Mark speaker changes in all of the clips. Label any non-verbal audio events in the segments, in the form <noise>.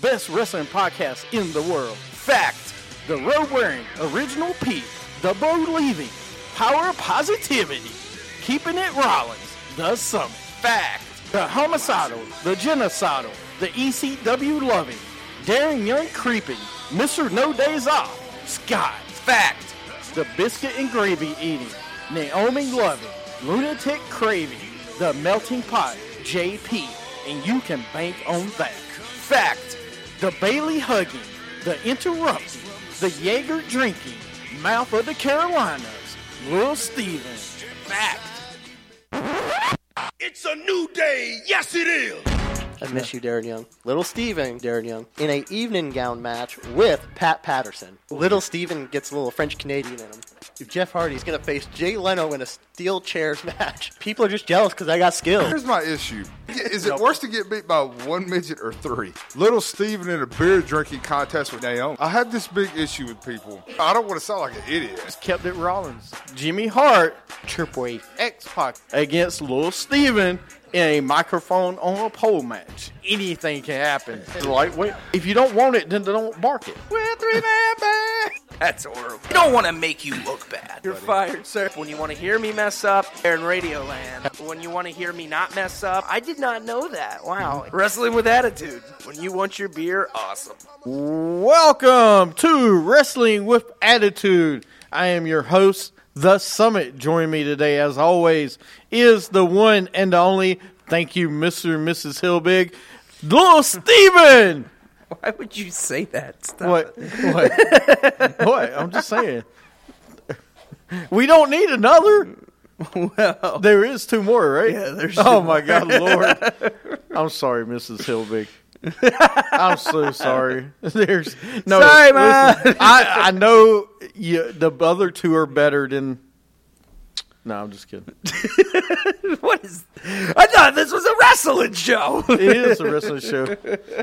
Speaker 1: best wrestling podcast in the world. Fact. The road wearing, original Pete, the bow leaving, power of positivity, keeping it Rollins, the summit. Fact. The homicidal, the genocidal, the ECW loving, daring young creeping, Mr. No Days Off, Scott. Fact. The biscuit and gravy eating, Naomi loving, lunatic craving, the melting pot, JP, and you can bank on that. Fact. The Bailey hugging, the interrupting, the Jaeger drinking, mouth of the Carolinas, Lil Steven. Fact.
Speaker 2: It's a new day. Yes, it is.
Speaker 3: I miss you, Darren Young. Little Steven, Darren Young, in a evening gown match with Pat Patterson. Little Steven gets a little French Canadian in him. If Jeff Hardy's going to face Jay Leno in a steel chairs <laughs> match, people are just jealous because I got skills.
Speaker 4: Here's my issue. Is it worse to get beat by one midget or three? Little Steven in a beer drinking contest with Naomi. I have this big issue with people. I don't want to sound like an idiot.
Speaker 1: Kept it Rollins. Jimmy Hart
Speaker 3: Chirpway.
Speaker 1: X Pac against Lil Steven in a microphone on a pole match. Anything can happen. Lightweight. If you don't want it, then don't bark it. We're three man band.
Speaker 5: That's horrible. I don't want to make you look bad. You're fired, sir. When you want to hear me mess up, Aaron Radio Land. When you want to hear me not mess up, I did not know that. Wow. Wrestling with attitude. When you want your beer, awesome.
Speaker 1: Welcome to Wrestling with Attitude. I am your host, The Summit. Joining me today, as always, is the one and only, thank you, Mr. and Mrs. Hillbig, Little Steven!
Speaker 5: Why would you say that? Stop <laughs>
Speaker 1: What? What? what? I'm just saying. We don't need another. Well, there is two more, right?
Speaker 5: Yeah, there's
Speaker 1: Oh my God, Lord! <laughs> I'm sorry, Mrs. Hillbig. <laughs> I'm so sorry. There's no.
Speaker 5: Sorry, Ma.
Speaker 1: listen, I I know you, the other two are better than. No, I'm just kidding.
Speaker 5: What is? I thought this was a wrestling show. <laughs>
Speaker 1: It is a wrestling show.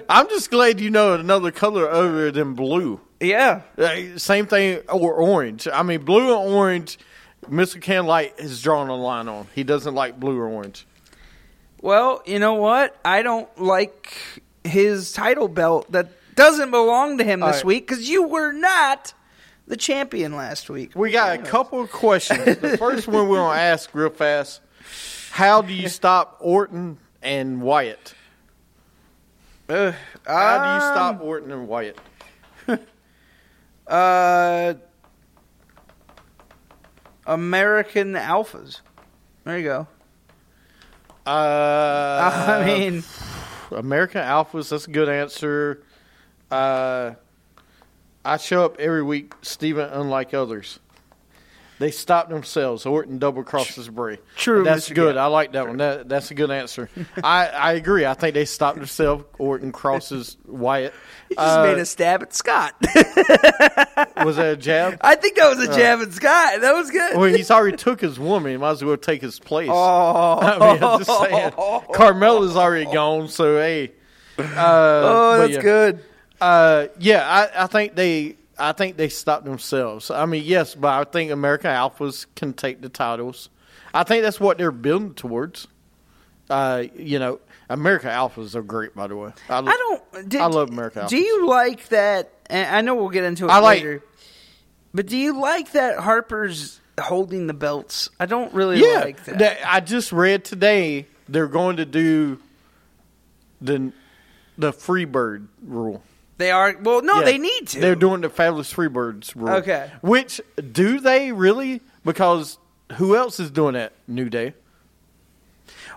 Speaker 1: I'm just glad you know another color other than blue.
Speaker 5: yeah.
Speaker 1: Uh, same thing or orange. I mean, blue and orange. Mr. Canlight has drawn a line on. He doesn't like blue or orange.
Speaker 5: Well, you know what? I don't like his title belt that doesn't belong to him this
Speaker 1: right.
Speaker 5: week because you were not the champion last week.
Speaker 1: We got a couple of questions. The first one we're gonna ask real fast: How do you stop Orton and Wyatt? How do
Speaker 5: um,
Speaker 1: you stop Orton and
Speaker 5: <laughs>
Speaker 1: Wyatt?
Speaker 5: Uh, American Alphas. There you go.
Speaker 1: Uh,
Speaker 5: <laughs> I mean,
Speaker 1: American Alphas. That's a good answer. Uh, I show up every week, Steven, unlike others. They stop themselves. Orton double crosses Bray.
Speaker 5: True,
Speaker 1: that's
Speaker 5: Mr.
Speaker 1: good.
Speaker 5: Gale.
Speaker 1: I like that one. That, that's a good answer. I, I agree. I think they stop themselves. Orton crosses Wyatt.
Speaker 5: he
Speaker 1: uh,
Speaker 5: just made a stab at Scott. <laughs>
Speaker 1: Was that a jab?
Speaker 5: I think that
Speaker 1: Uh,
Speaker 5: was a jab at Scott. That was good.
Speaker 1: Well, he's already took his woman. He might as well take his place. <laughs>
Speaker 5: oh,
Speaker 1: I mean, I'm just saying. Carmella's already gone, so hey. Uh,
Speaker 5: oh,
Speaker 1: but
Speaker 5: that's
Speaker 1: yeah.
Speaker 5: good.
Speaker 1: Uh, yeah, I, I think they I think they stopped themselves. I mean, yes, but I think American Alphas can take the titles. I think that's what they're building towards. Uh, you know, American Alphas are great, by the way. I, lo-
Speaker 5: I don't. Did,
Speaker 1: I love America.
Speaker 5: Do you like that? And I know we'll get into it
Speaker 1: I like-
Speaker 5: later. But do you like that Harper's holding the belts? I don't really
Speaker 1: Yeah,
Speaker 5: like that.
Speaker 1: that- I just read today they're going to do the the Freebird rule.
Speaker 5: They are. Well, no,
Speaker 1: Yeah.
Speaker 5: Oh, they need to.
Speaker 1: They're doing the Fabulous Freebirds rule.
Speaker 5: Okay.
Speaker 1: Which do they really? Because who else is doing that? New Day.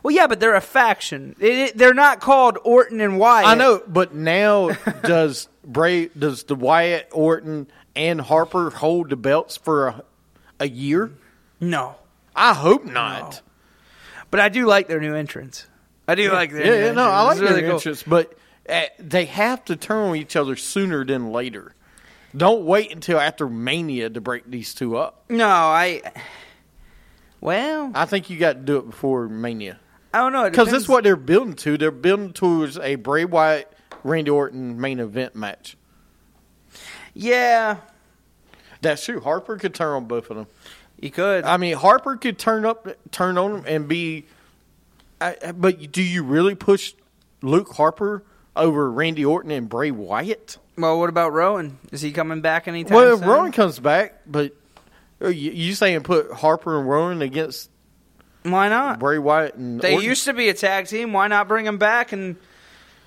Speaker 5: well, yeah, but they're a faction. It, it, they're not called Orton and Wyatt.
Speaker 1: I know, but now <laughs> does Bray does the Wyatt Orton and Harper hold the belts for a, a year?
Speaker 5: No,
Speaker 1: I hope not.
Speaker 5: but I do like their new entrance. I do like their.
Speaker 1: Yeah,
Speaker 5: new
Speaker 1: yeah, no, I like
Speaker 5: entrance. It's
Speaker 1: their
Speaker 5: really cool.
Speaker 1: interests, but uh, they have to turn on each other sooner than later. Don't wait until after Mania to break these two up.
Speaker 5: No, I. Well,
Speaker 1: I think you got to do it before Mania.
Speaker 5: I don't know It
Speaker 1: Because that's
Speaker 5: depends.
Speaker 1: what they're building to. They're building towards a Bray Wyatt Randy Orton main event match.
Speaker 5: Yeah,
Speaker 1: That's true. Harper could turn on both of them.
Speaker 5: you could.
Speaker 1: I mean, Harper could turn up, turn on him and be. I, I- but do you really push Luke Harper
Speaker 6: over Randy Orton and Bray Wyatt.
Speaker 5: Well, what about Rowan? Is he coming back anytime
Speaker 6: Well, if
Speaker 5: soon?
Speaker 6: Rowan comes back, but are you, you saying put Harper and Rowan against
Speaker 5: Why not?
Speaker 6: Bray Wyatt and
Speaker 5: They
Speaker 6: Orton?
Speaker 5: used to be a tag team. Why not bring them back and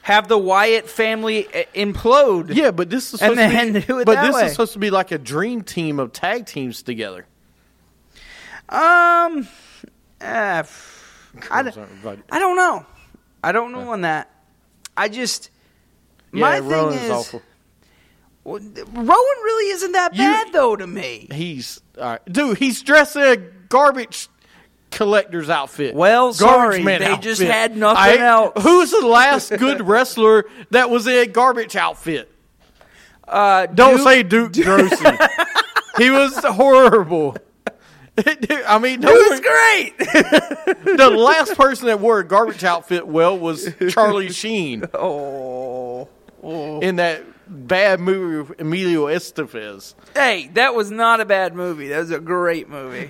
Speaker 5: have the Wyatt family i- implode?
Speaker 6: Yeah, but this is
Speaker 5: And
Speaker 6: supposed to
Speaker 5: then
Speaker 6: be,
Speaker 5: do it
Speaker 6: but
Speaker 5: that
Speaker 6: this
Speaker 5: way.
Speaker 6: is supposed to be like a dream team of tag teams together.
Speaker 5: Um. eh, I, d-
Speaker 6: Sorry, but-
Speaker 5: I don't know. I don't know on that. I just.
Speaker 6: yeah,
Speaker 5: my
Speaker 6: Rowan's
Speaker 5: thing is,
Speaker 6: awful.
Speaker 5: well, th- Rowan really isn't that
Speaker 6: You-
Speaker 5: bad though to me.
Speaker 6: He's all right. dude. He's dressed in a garbage collector's outfit.
Speaker 5: Well,
Speaker 6: Garbage
Speaker 5: sorry,
Speaker 6: man
Speaker 5: they
Speaker 6: outfit.
Speaker 5: just had nothing
Speaker 6: I-
Speaker 5: else.
Speaker 6: Who's the last
Speaker 5: <laughs>
Speaker 6: good wrestler that was in a garbage outfit?
Speaker 5: Uh,
Speaker 6: Don't
Speaker 5: Duke-
Speaker 6: say
Speaker 5: <laughs>
Speaker 6: Duke Drosy. he was horrible. <laughs> Dude, I mean, no
Speaker 5: It
Speaker 6: one-
Speaker 5: was <laughs> great.
Speaker 6: the last person that wore a garbage outfit well was Charlie
Speaker 5: <laughs>
Speaker 6: Sheen. Oh.
Speaker 5: Oh.
Speaker 6: In that bad movie with Emilio Estevez.
Speaker 5: hey, that was not a bad movie. That was a great <laughs> movie.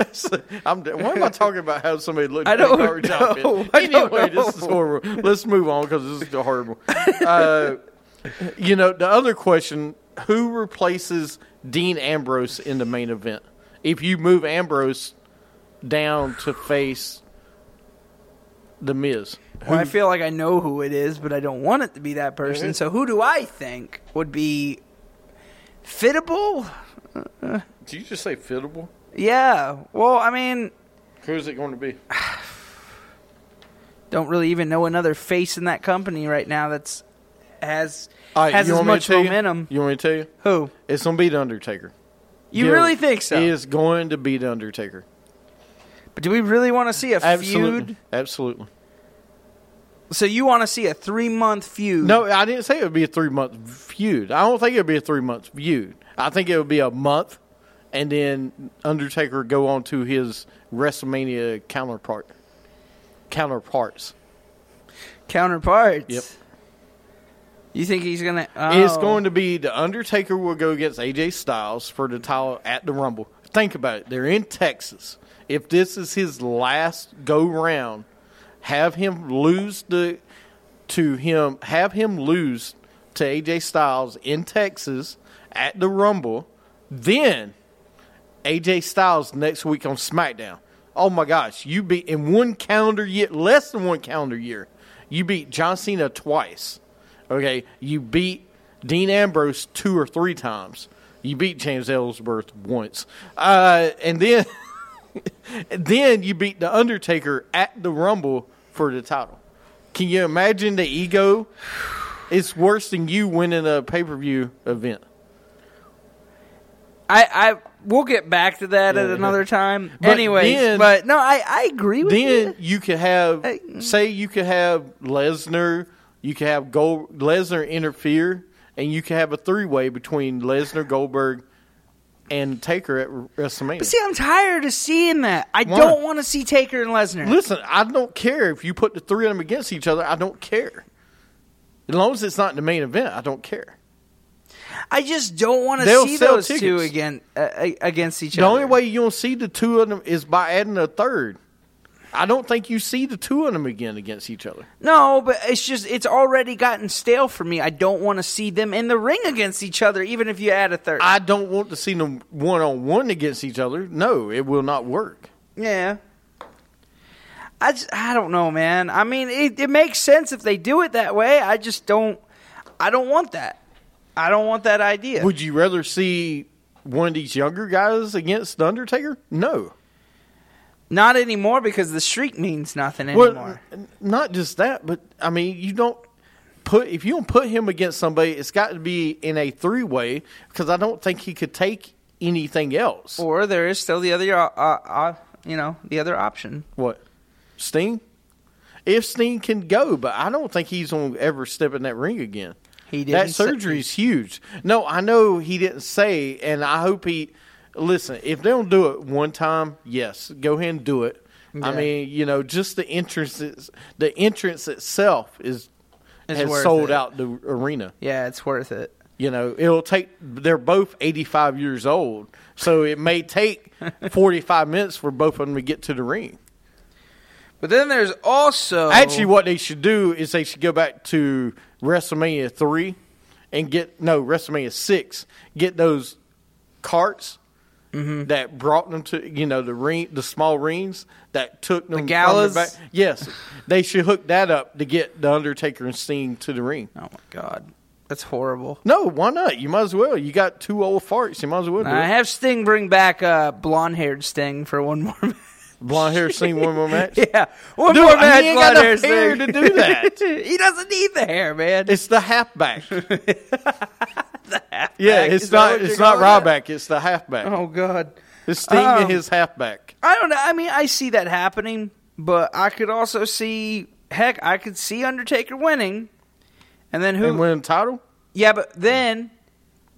Speaker 6: I'm, why am I talking about how somebody
Speaker 5: <laughs>
Speaker 6: looked
Speaker 5: I
Speaker 6: in a
Speaker 5: don't
Speaker 6: garbage
Speaker 5: know.
Speaker 6: outfit?
Speaker 5: I don't
Speaker 6: Anyway, this is
Speaker 5: know.
Speaker 6: horrible. Let's move on because this is horrible. Uh, you know, the other question who replaces Dean Ambrose in the main event? If you move Ambrose down to face The Miz.
Speaker 5: Well, I feel like I know who it is, but I don't want it to be that person. So who do I think would be fittable?
Speaker 6: Did you just say fittable?
Speaker 5: Yeah. Well, I mean,
Speaker 6: Who's it going to be?
Speaker 5: don't really even know another face in that company right now that's has has as
Speaker 6: you want me to
Speaker 5: much
Speaker 6: tell you?
Speaker 5: momentum.
Speaker 6: You? want me to tell you?
Speaker 5: Who?
Speaker 6: It's going to be The Undertaker.
Speaker 5: You
Speaker 6: Yeah.
Speaker 5: really think so?
Speaker 6: He is going to be The Undertaker.
Speaker 5: But do we really want to see a
Speaker 6: Absolutely.
Speaker 5: feud?
Speaker 6: Absolutely.
Speaker 5: So you want to see a three month feud?
Speaker 6: No, I didn't say it would be a three month feud. I don't think it would be a three month feud. I think it would be a month, and then Undertaker would go on to his WrestleMania counterpart counterparts.
Speaker 5: counterparts.
Speaker 6: Yep.
Speaker 5: You think he's gonna?
Speaker 6: It's
Speaker 5: oh.
Speaker 6: going to be the Undertaker will go against AJ Styles for the title at the Rumble. Think about it. They're in Texas. If this is his last go round, have him lose the to him have him lose to AJ Styles in Texas at the Rumble. Then AJ Styles next week on SmackDown. Oh my gosh, you beat in one calendar year, less than one calendar year, you beat John Cena twice. Okay, you beat Dean Ambrose two or three times. You beat James Ellsworth once, uh, and then <laughs> then you beat the Undertaker at the Rumble for the title. Can you imagine the ego? It's worse than you winning a pay per view event.
Speaker 5: I, I we'll get back to that at another time.
Speaker 6: But
Speaker 5: Anyways,
Speaker 6: then-
Speaker 5: but no, I, I agree with
Speaker 6: then
Speaker 5: you.
Speaker 6: you could have
Speaker 5: mm.
Speaker 6: say you could have Lesnar, you could have Gold Lesnar interfere, and you could have a three way between Lesnar, Goldberg, and Taker at WrestleMania.
Speaker 5: But see, I'm tired of seeing that. I
Speaker 6: Why?
Speaker 5: don't want to see Taker and Lesnar.
Speaker 6: Listen, I don't care if you put the three of them against each other. I don't care. As long as it's not the main event, I don't care.
Speaker 5: I just don't want to
Speaker 6: They'll
Speaker 5: see
Speaker 6: sell
Speaker 5: those two
Speaker 6: tickets.
Speaker 5: again uh, uh, against each
Speaker 6: The
Speaker 5: other.
Speaker 6: only way you don't see the two of them is by adding a third. I don't think you see the two of them again against each other.
Speaker 5: No, but it's just it's already gotten stale for me. I don't want to see them in the ring against each other, even if you add a third.
Speaker 6: I don't want to see them one on one against each other. No, it will not work.
Speaker 5: yeah. I just, I don't know, man. I mean, it, it makes sense if they do it that way. I just don't. I don't want that. I don't want that idea.
Speaker 6: Would you rather see one of these younger guys against the Undertaker? No.
Speaker 5: Not anymore because the streak means nothing anymore.
Speaker 6: Well, n- not just that, but I mean, you don't put if you don't put him against somebody, it's got to be in a three way because I don't think he could take anything else.
Speaker 5: or there is still the other, uh, uh, uh, you know, the other option.
Speaker 6: what Sting? If Sting can go, but I don't think he's gonna ever step in that ring again.
Speaker 5: He didn't
Speaker 6: That
Speaker 5: say-
Speaker 6: surgery is huge. No, I know he didn't say, and I hope he. Listen, if they don't do it one time, yes, go ahead and do it. I
Speaker 5: Yeah.
Speaker 6: mean, you know, just the entrance, is- the entrance itself is
Speaker 5: It's
Speaker 6: has
Speaker 5: worth
Speaker 6: sold
Speaker 5: it.
Speaker 6: out the arena.
Speaker 5: Yeah, it's worth it.
Speaker 6: You know, it'll take. They're both eighty five years old,
Speaker 5: <laughs>
Speaker 6: so it may take forty five minutes for both of them to get to the ring.
Speaker 5: But then there's also
Speaker 6: Actually, what they should do is they should go back to WrestleMania three and get no WrestleMania six. Get those carts
Speaker 5: Mm-hmm.
Speaker 6: that brought them to you know the ring, the small rings that took them from
Speaker 5: galas?
Speaker 6: back. Yes, they should hook that up to get the Undertaker and Sting to the ring.
Speaker 5: Oh my god, that's horrible.
Speaker 6: No, why not? You might as well. You got two old farts. You might as well do
Speaker 5: I
Speaker 6: it.
Speaker 5: have Sting bring back uh, blonde-haired Sting for one more. <laughs> match.
Speaker 6: Blonde hair, Sting, one
Speaker 5: <laughs>
Speaker 6: more match.
Speaker 5: yeah, one
Speaker 6: Dude,
Speaker 5: more
Speaker 6: he
Speaker 5: match.
Speaker 6: ain't got
Speaker 5: blonde-haired
Speaker 6: enough hair
Speaker 5: Sting.
Speaker 6: to do that.
Speaker 5: <laughs> he doesn't need the hair, man.
Speaker 6: It's
Speaker 5: <laughs>
Speaker 6: the halfback. yeah,
Speaker 5: Is
Speaker 6: it's
Speaker 5: that
Speaker 6: not.
Speaker 5: what
Speaker 6: It's
Speaker 5: you're
Speaker 6: not
Speaker 5: calling
Speaker 6: Ryback. It's the halfback.
Speaker 5: oh god,
Speaker 6: It's Sting
Speaker 5: Um,
Speaker 6: and his halfback.
Speaker 5: I don't know. I mean, I see that happening, but I could also see. Heck, I could see Undertaker winning, and then who?
Speaker 6: And win the title?
Speaker 5: yeah, but then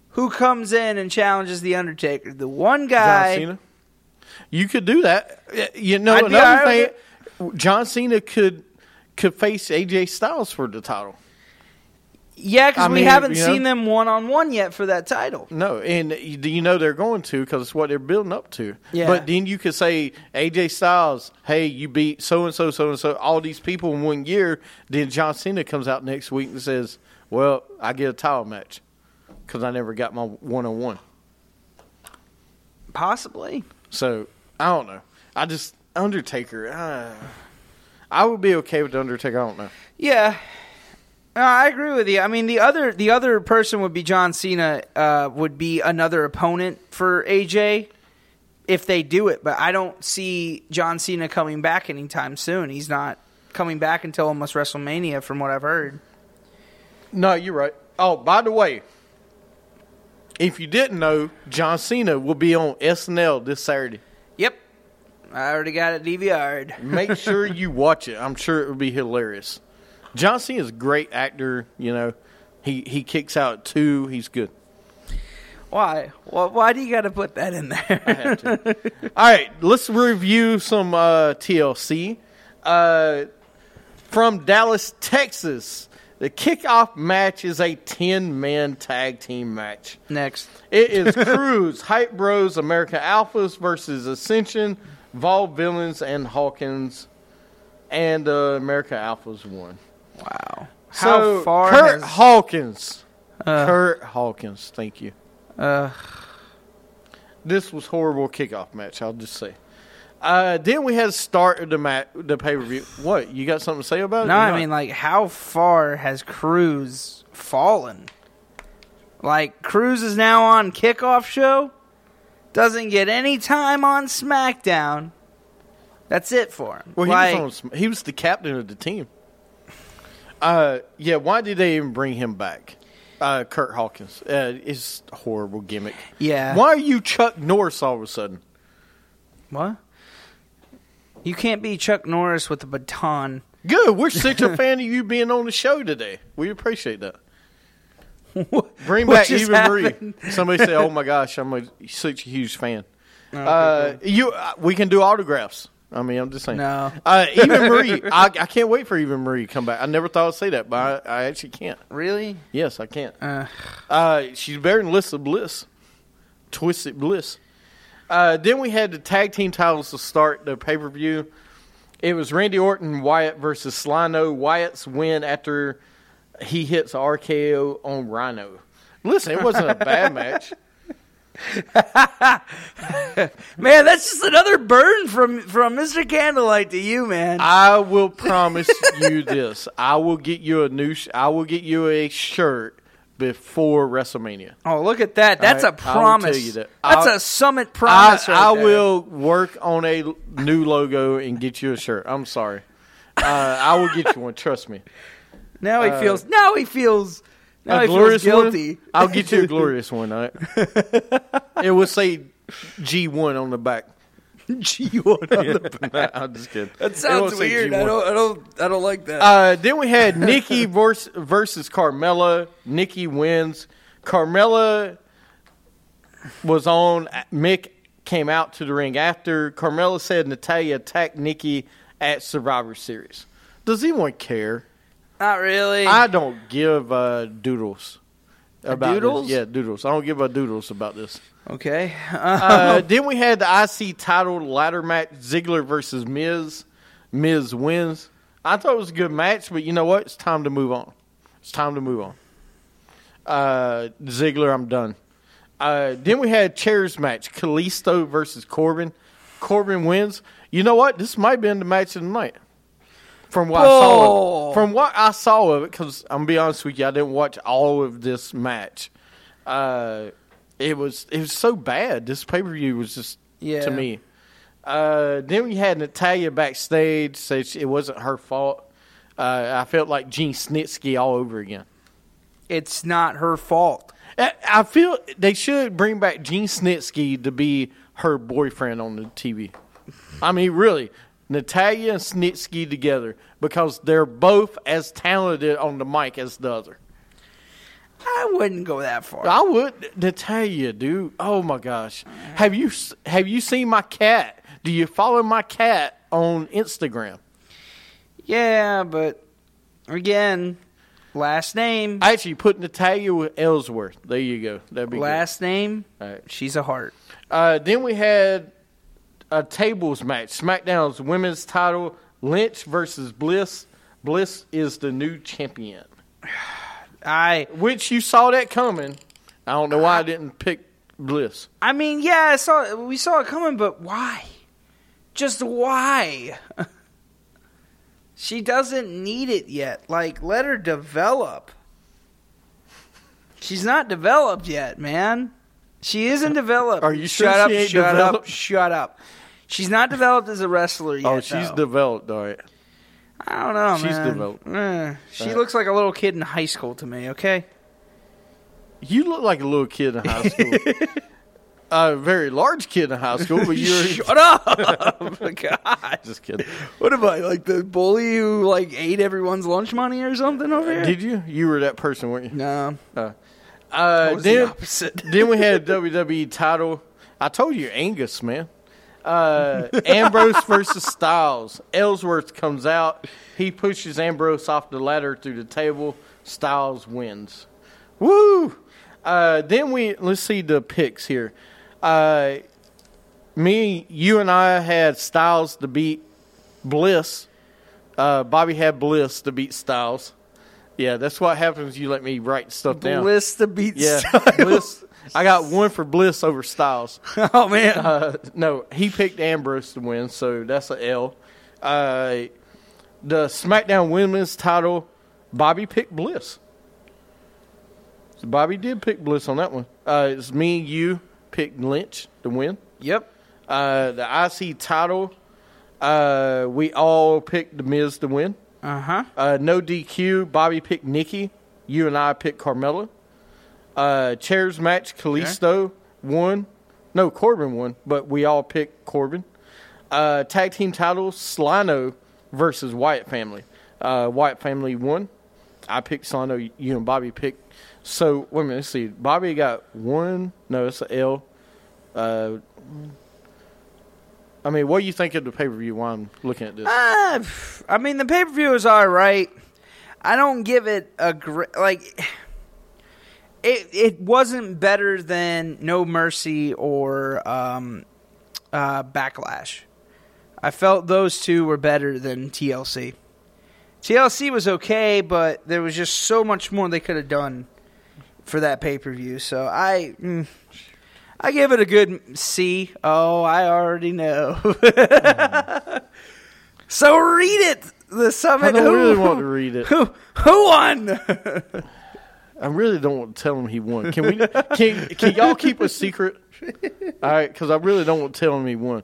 Speaker 5: who comes in and challenges the Undertaker? The one guy.
Speaker 6: John Cena. You could do that. Uh, You know,
Speaker 5: I'd be
Speaker 6: another
Speaker 5: all right
Speaker 6: thing, John Cena could could face AJ Styles for the title.
Speaker 5: Yeah, because
Speaker 6: I
Speaker 5: we
Speaker 6: mean,
Speaker 5: haven't
Speaker 6: you know.
Speaker 5: seen them one on one yet for that title.
Speaker 6: No, and you you know they're going to because it's what they're building up to.
Speaker 5: Yeah.
Speaker 6: But then you could say AJ Styles, hey, you beat so and so, so and so, all these people in one year. Then John Cena comes out next week and says, "Well, I get a title match because I never got my one on one."
Speaker 5: Possibly.
Speaker 6: So I don't know. I just Undertaker. Uh, I would be okay with the Undertaker. I don't know.
Speaker 5: Yeah. No, I agree with you. I mean, the other the other person would be John Cena. Uh, would be another opponent for AJ if they do it. But I don't see John Cena coming back anytime soon. He's not coming back until almost WrestleMania, from what I've heard.
Speaker 6: No, you're right. Oh, by the way, if you didn't know, John Cena will be on SNL this Saturday.
Speaker 5: Yep, I already got it DVR'd.
Speaker 6: <laughs> Make sure you watch it. I'm sure it would be hilarious. John Cena is a great actor. You know, he he kicks out at two. He's good.
Speaker 5: Why? Why, why do you got to put that in
Speaker 6: I
Speaker 5: there? <laughs>
Speaker 6: had to. All right, let's review some uh, TLC. Uh, from Dallas, Texas, the kickoff match is a 10 man tag team match.
Speaker 5: Next.
Speaker 6: It is Cruz, Hype Bros, America Alphas versus Ascension, Vol Villains, and Hawkins. And uh, America Alphas won.
Speaker 5: Wow.
Speaker 6: So,
Speaker 5: How far?
Speaker 6: Kurt
Speaker 5: has-
Speaker 6: Hawkins.
Speaker 5: Uh.
Speaker 6: Kurt Hawkins. Thank you.
Speaker 5: uh,
Speaker 6: This was horrible kickoff match. I'll just say. Uh, then we had the start of the ma- the pay per view. What you got something to say about it?
Speaker 5: No,
Speaker 6: or
Speaker 5: I
Speaker 6: not?
Speaker 5: mean like how far has Cruz fallen? Like Cruz is now on kickoff show, doesn't get any time on SmackDown. That's it for him.
Speaker 6: well, he
Speaker 5: like,
Speaker 6: was on, Sm- he was the captain of the team. Uh, yeah. Why did they even bring him back? Uh, Kurt Hawkins. Uh, it's a horrible gimmick.
Speaker 5: yeah.
Speaker 6: Why are you Chuck Norris all of a sudden?
Speaker 5: What? You can't be Chuck Norris with a baton.
Speaker 6: Good.
Speaker 5: <laughs>
Speaker 6: We're such a fan of you being on the show today. We appreciate that. Bring
Speaker 5: what
Speaker 6: back
Speaker 5: just
Speaker 6: Eva
Speaker 5: happened?
Speaker 6: Marie.
Speaker 5: <laughs>
Speaker 6: Somebody say, "Oh my gosh, I'm a, such a huge fan." uh, you, uh, we can do autographs. I mean, I'm just saying.
Speaker 5: No.
Speaker 6: uh,
Speaker 5: <laughs>
Speaker 6: Eva Marie. I, I can't wait for Eva Marie to come back. I never thought I'd say that, but I, I actually can't.
Speaker 5: Really?
Speaker 6: Yes, I can't.
Speaker 5: Uh,
Speaker 6: Uh, she's better than Lissa Bliss, Twisted Bliss. Uh, then we had the tag team titles to start the pay per view. It was Randy Orton Wyatt versus Slino. Wyatt's win after he hits RKO on Rhino. Listen, it wasn't a bad match.
Speaker 5: man, that's just another burn from from Mr. Candlelight to you, man.
Speaker 6: I will promise you this: I will get you a new. Sh- I will get you a shirt before WrestleMania.
Speaker 5: oh, look at that. That's a
Speaker 6: right, I will tell
Speaker 5: promise.
Speaker 6: you that.
Speaker 5: That's
Speaker 6: I'll-
Speaker 5: a summit
Speaker 6: I,
Speaker 5: promise. right
Speaker 6: I
Speaker 5: there.
Speaker 6: will work on a l- new logo and get you a shirt. I'm sorry. Uh, I will get you one. Trust
Speaker 5: <laughs>
Speaker 6: me.
Speaker 5: Now he feels. Now he feels. Now he feels guilty.
Speaker 6: one. I'll get you a glorious one. All right?
Speaker 5: <laughs>
Speaker 6: it will say G1 on the back. G1 on <laughs> the back. I'm just kidding. It won't say G1.
Speaker 5: I don't. I don't like that.
Speaker 6: Uh, then we had Nikki versus, versus Carmella. Nikki wins. Carmella was on. Mick came out to the ring after. Carmella said Natalia attacked Nikki at Survivor Series. Does anyone care?
Speaker 5: Not really.
Speaker 6: I don't give uh, doodles about
Speaker 5: doodles?
Speaker 6: This. Yeah, doodles. I don't give a doodles about this.
Speaker 5: okay.
Speaker 6: Uh, then we had the IC title ladder match: Ziggler versus Miz. Miz wins. I thought it was a good match, but you know what? It's time to move on. It's time to move on. Uh, Ziggler, I'm done. Uh, then we had a chairs match: Kalisto versus Corbin. Corbin wins. You know what? This might have been the match of the night. From what I saw, of it. from what I saw of it, because I'm gonna be honest with you, I didn't watch all of this match. Uh, it was it was so bad. This pay per view was just
Speaker 5: Yeah.
Speaker 6: to me. Uh, then we had Natalia backstage, so she- it wasn't her fault. Uh, I felt like Gene Snitsky all over again.
Speaker 5: It's not her fault.
Speaker 6: I- I feel they should bring back Gene Snitsky to be her boyfriend on the TV. I mean, really, Natalia and Snitsky together because they're both as talented on the mic as the other.
Speaker 5: I wouldn't go that far.
Speaker 6: I would Natalia, dude. Oh my gosh, have you s- have you seen my cat? Do you follow my cat on Instagram?
Speaker 5: Yeah, but again, last name,
Speaker 6: I actually put Natalia with Ellsworth. There you go. That'd be good.
Speaker 5: last name,
Speaker 6: All right.
Speaker 5: she's a heart.
Speaker 6: Uh, then we had a tables match. SmackDown's women's title, Lynch versus Bliss. Bliss is the new champion.
Speaker 5: I
Speaker 6: Which you saw that coming. I don't know why I didn't pick Bliss.
Speaker 5: I mean, yeah, I saw we saw it coming, but why? Just why? <laughs> she doesn't need it yet. Like let her develop. She's not developed yet, man. She isn't developed.
Speaker 6: Are you sure
Speaker 5: shut up,
Speaker 6: she ain't
Speaker 5: shut up,
Speaker 6: developed?
Speaker 5: shut up. She's not developed as a wrestler yet.
Speaker 6: oh, she's
Speaker 5: though.
Speaker 6: developed, all right.
Speaker 5: I don't know,
Speaker 6: She's
Speaker 5: man.
Speaker 6: developed.
Speaker 5: Eh, she
Speaker 6: Uh,
Speaker 5: looks like a little kid in high school to me. Okay,
Speaker 6: You look like a little kid in high school. a very large kid in high school, but
Speaker 5: <laughs>
Speaker 6: you're
Speaker 5: shut up. <laughs> God,
Speaker 6: just kidding.
Speaker 5: what am I like the bully who like ate everyone's lunch money or something over here?
Speaker 6: Did you? You were that person, weren't you?
Speaker 5: no,
Speaker 6: Uh,
Speaker 5: was the
Speaker 6: then,
Speaker 5: opposite.
Speaker 6: <laughs> then we had WWE E title. I told you, Angus, man.
Speaker 5: <laughs>
Speaker 6: Uh, Ambrose versus Styles. Ellsworth comes out. He pushes Ambrose off the ladder through the table. Styles wins. Woo! Uh, then we let's see the picks here. Uh, me, you, and I had Styles to beat Bliss. Uh, Bobby had Bliss to beat Styles. Yeah, that's what happens. You let me write stuff down.
Speaker 5: Bliss the beat.
Speaker 6: Yeah,
Speaker 5: <laughs>
Speaker 6: Bliss. I got one for Bliss over Styles.
Speaker 5: oh man,
Speaker 6: Uh, no, he picked Ambrose to win, so that's an L. Uh, the SmackDown Women's title, Bobby picked Bliss. So Bobby did pick Bliss on that one. Uh, it's me, you picked Lynch to win.
Speaker 5: yep.
Speaker 6: Uh, the IC title, uh, we all picked The Miz to win.
Speaker 5: Uh huh.
Speaker 6: Uh, no DQ. Bobby picked Nikki. You and I picked Carmella. Uh, chairs match. Kalisto won. No, Corbin won, but we all picked Corbin. Uh, tag team title Slino versus Wyatt family. Uh, Wyatt family won. I picked Slino. You and Bobby picked. So wait a minute. Let's see. Bobby got one. No, it's an L. Uh, I mean, what do you think of the pay per view? While I'm looking at this,
Speaker 5: Uh, pff, I mean, the pay per view is all right. I don't give it a great like. It it wasn't better than No Mercy or um, uh, Backlash. I felt those two were better than TLC. TLC was okay, but there was just so much more they could have done for that pay per view. So I. mm, I give it a good C. Oh, I already know. <laughs> So read it. The
Speaker 6: I
Speaker 5: summit.
Speaker 6: don't
Speaker 5: who,
Speaker 6: really want to read it.
Speaker 5: who, who won? <laughs>
Speaker 6: I really don't want to tell him he won. Can we? can can y'all keep a secret? All right, because I really don't want to tell him he won.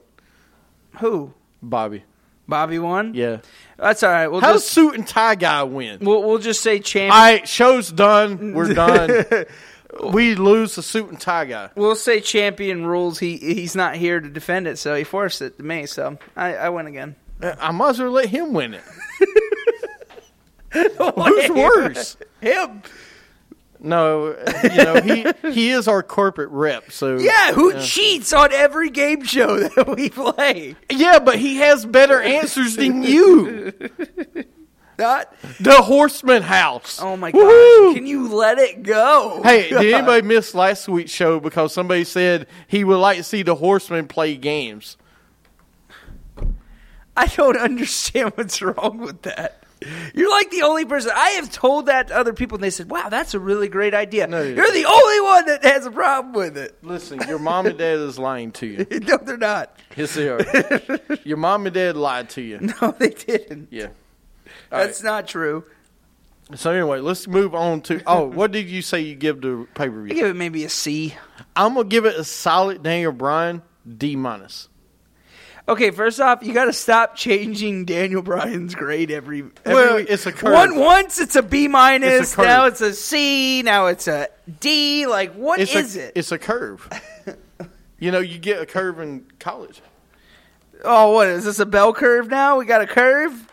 Speaker 5: who?
Speaker 6: Bobby.
Speaker 5: Bobby won.
Speaker 6: Yeah.
Speaker 5: that's all right. We'll
Speaker 6: How does
Speaker 5: just
Speaker 6: suit and tie guy win?
Speaker 5: we'll, we'll just say champ.
Speaker 6: All right, show's done. We're
Speaker 5: <laughs>
Speaker 6: done. we lose the suit and tie guy.
Speaker 5: we'll say champion rules. He he's not here to defend it, so he forced it to me. So I, I win again.
Speaker 6: I might as well let him
Speaker 5: <laughs>
Speaker 6: win it. Who's worse?
Speaker 5: Him.
Speaker 6: No, you know he he is our corporate rep. So
Speaker 5: Yeah. Who cheats on every game show <laughs> that we play?
Speaker 6: yeah, but he has better answers
Speaker 5: <laughs>
Speaker 6: than you.
Speaker 5: Not.
Speaker 6: The Horseman House.
Speaker 5: Oh my
Speaker 6: Woo-hoo!
Speaker 5: gosh. Can you let it go? <laughs>
Speaker 6: Hey, did anybody miss last week's show because somebody said he would like to see the horsemen play games?
Speaker 5: I don't understand <laughs> what's wrong with that. You're like the only person I have told that to other people, and they said, "Wow, that's a really great idea."
Speaker 6: No, you-
Speaker 5: You're the only one that has a problem with it. <laughs>
Speaker 6: Listen, your mom and dad is lying to you.
Speaker 5: No, they're not. <laughs>
Speaker 6: Yes, they are. Your mom and dad lied to you.
Speaker 5: No, they didn't.
Speaker 6: Yeah.
Speaker 5: That's not true.
Speaker 6: So anyway, let's move on to. Oh, what did you say you give to pay per
Speaker 5: I
Speaker 6: view?
Speaker 5: give it maybe a C.
Speaker 6: I'm gonna give it a solid Daniel Bryan D minus.
Speaker 5: Okay, first off, you got to stop changing Daniel Bryan's grade every. every
Speaker 6: Well,
Speaker 5: week.
Speaker 6: it's a curve.
Speaker 5: One, once it's a B minus.
Speaker 6: It's a curve.
Speaker 5: now it's a C. Now it's a D. Like what is
Speaker 6: It's a,
Speaker 5: it?
Speaker 6: It's a curve. you know, you get a curve in college.
Speaker 5: oh, what is this a bell curve? Now we got a curve.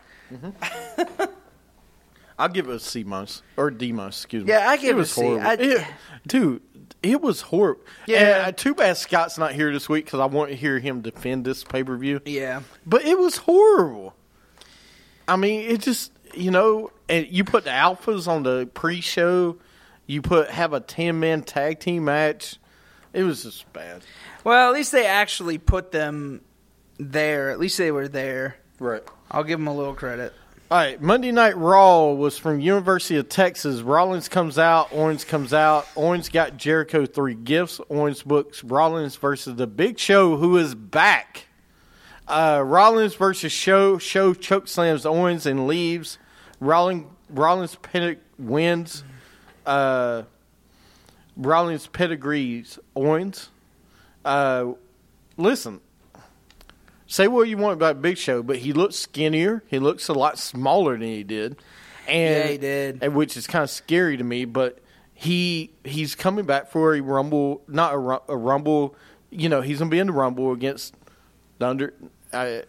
Speaker 6: I'll give it a C minus or D minus. Excuse me.
Speaker 5: Yeah, I give it
Speaker 6: was
Speaker 5: a C.
Speaker 6: horrible.
Speaker 5: I-
Speaker 6: It- dude, it was horrible.
Speaker 5: Yeah.
Speaker 6: Yeah. too bad Scott's not here this week because I want to hear him defend this pay per view.
Speaker 5: Yeah.
Speaker 6: But it was horrible. I mean, it just you know, and you put the alphas on the pre-show. You put have a ten man tag team match. It was just bad.
Speaker 5: Well, at least they actually put them there. At least they were there.
Speaker 6: Right.
Speaker 5: I'll give them a little credit.
Speaker 6: All right, Monday Night Raw was from University of Texas. Rollins comes out, Owens comes out. Owens got Jericho three gifts. Owens books Rollins versus The Big Show, who is back. Uh, Rollins versus Show. Show choke slams Owens and leaves. Rollins Rollins pedic- wins. Uh, Rollins pedigrees Owens. Uh, listen, say what you want about Big Show, but he looks skinnier. He looks a lot smaller than he did. And,
Speaker 5: Yeah, he did.
Speaker 6: and which is kind of scary to me. But he he's coming back for a rumble, not a, ru- a rumble. You know, he's gonna be in the rumble against the under uh,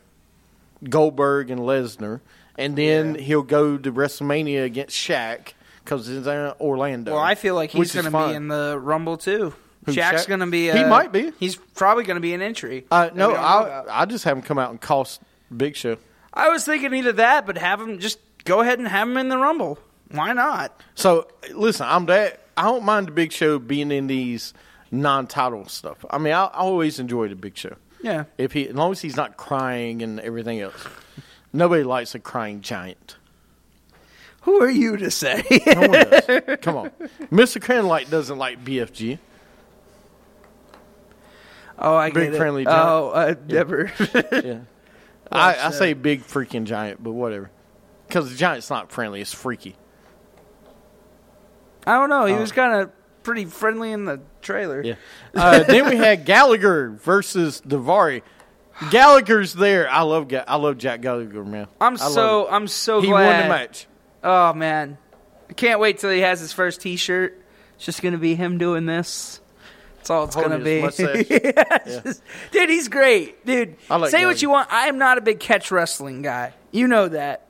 Speaker 6: Goldberg and Lesnar, and then he'll go to WrestMania against Shaq because it's in Orlando.
Speaker 5: Well, I feel like
Speaker 6: which
Speaker 5: he's
Speaker 6: is
Speaker 5: going to
Speaker 6: fine.
Speaker 5: be in the Rumble too.
Speaker 6: Who,
Speaker 5: Jack's
Speaker 6: Shaq?
Speaker 5: going to be.
Speaker 6: He
Speaker 5: A,
Speaker 6: might be.
Speaker 5: He's probably going to be an entry.
Speaker 6: Uh,
Speaker 5: that we
Speaker 6: no,
Speaker 5: don't know
Speaker 6: I
Speaker 5: about.
Speaker 6: I just have him come out and cost Big Show.
Speaker 5: I was thinking either that, but have him just go ahead and have him in the Rumble. Why not?
Speaker 6: So listen, I'm that I don't mind the Big Show being in these non-title stuff. I mean, I, I always enjoy the Big Show.
Speaker 5: Yeah.
Speaker 6: If he, as long as he's not crying and everything else, nobody likes a
Speaker 5: <laughs>
Speaker 6: crying giant.
Speaker 5: Who are you to
Speaker 6: <laughs>
Speaker 5: say?
Speaker 6: No one does. Come on, Mister Cranlight doesn't like BFG.
Speaker 5: oh, I
Speaker 6: Big
Speaker 5: get it.
Speaker 6: friendly giant.
Speaker 5: Oh, I never. <laughs>
Speaker 6: Yeah, I, I say big freaking giant, but whatever. Because the giant's not friendly; it's
Speaker 5: <laughs>
Speaker 6: freaky.
Speaker 5: I don't know. He was kind of pretty friendly in the trailer.
Speaker 6: Oh. Yeah. Uh, then we had Gallagher versus Davari. Gallagher's there. I love Ga- I love Jack Gallagher, man.
Speaker 5: I'm
Speaker 6: I love
Speaker 5: so
Speaker 6: it.
Speaker 5: I'm so
Speaker 6: he
Speaker 5: glad.
Speaker 6: won the match.
Speaker 5: Oh man, I can't wait till he has his first T-shirt. It's just gonna be him doing this. That's all it's gonna
Speaker 6: Holding
Speaker 5: be. <laughs>
Speaker 6: his mustache.
Speaker 5: Yeah, it's just- dude, he's great, dude.
Speaker 6: I like
Speaker 5: Say what
Speaker 6: Gallagher.
Speaker 5: you want. I am not a big catch wrestling guy. You know that.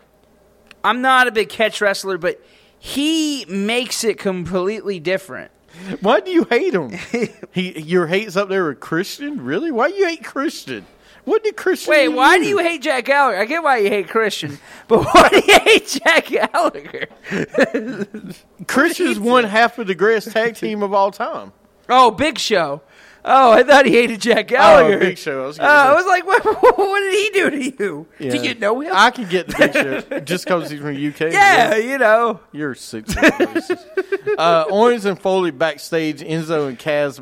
Speaker 5: I'm not a big catch wrestler, but he makes it completely different.
Speaker 6: Why do you hate
Speaker 5: <laughs>
Speaker 6: him? he your hate's up there with Christian. Really? Why you hate Christian? What did Christian?
Speaker 5: Wait, why do you hate Jack Gallagher? I get why you hate Christian, <laughs> but why do you hate Jack Gallagher?
Speaker 6: Christian's one half of the greatest tag team of all
Speaker 5: <laughs>
Speaker 6: time.
Speaker 5: Oh, Big Show. Oh, I thought he hated Jack Gallagher.
Speaker 6: Oh, Big Show, I was gonna
Speaker 5: Uh,
Speaker 6: say.
Speaker 5: I was like, <laughs> what, what did he do to you?
Speaker 6: Yeah.
Speaker 5: Did you know him?
Speaker 6: I can get the
Speaker 5: <laughs>
Speaker 6: big show just because he's from UK.
Speaker 5: yeah, you know. <laughs>
Speaker 6: You're six. uh, Owens and Foley backstage. Enzo and Kaz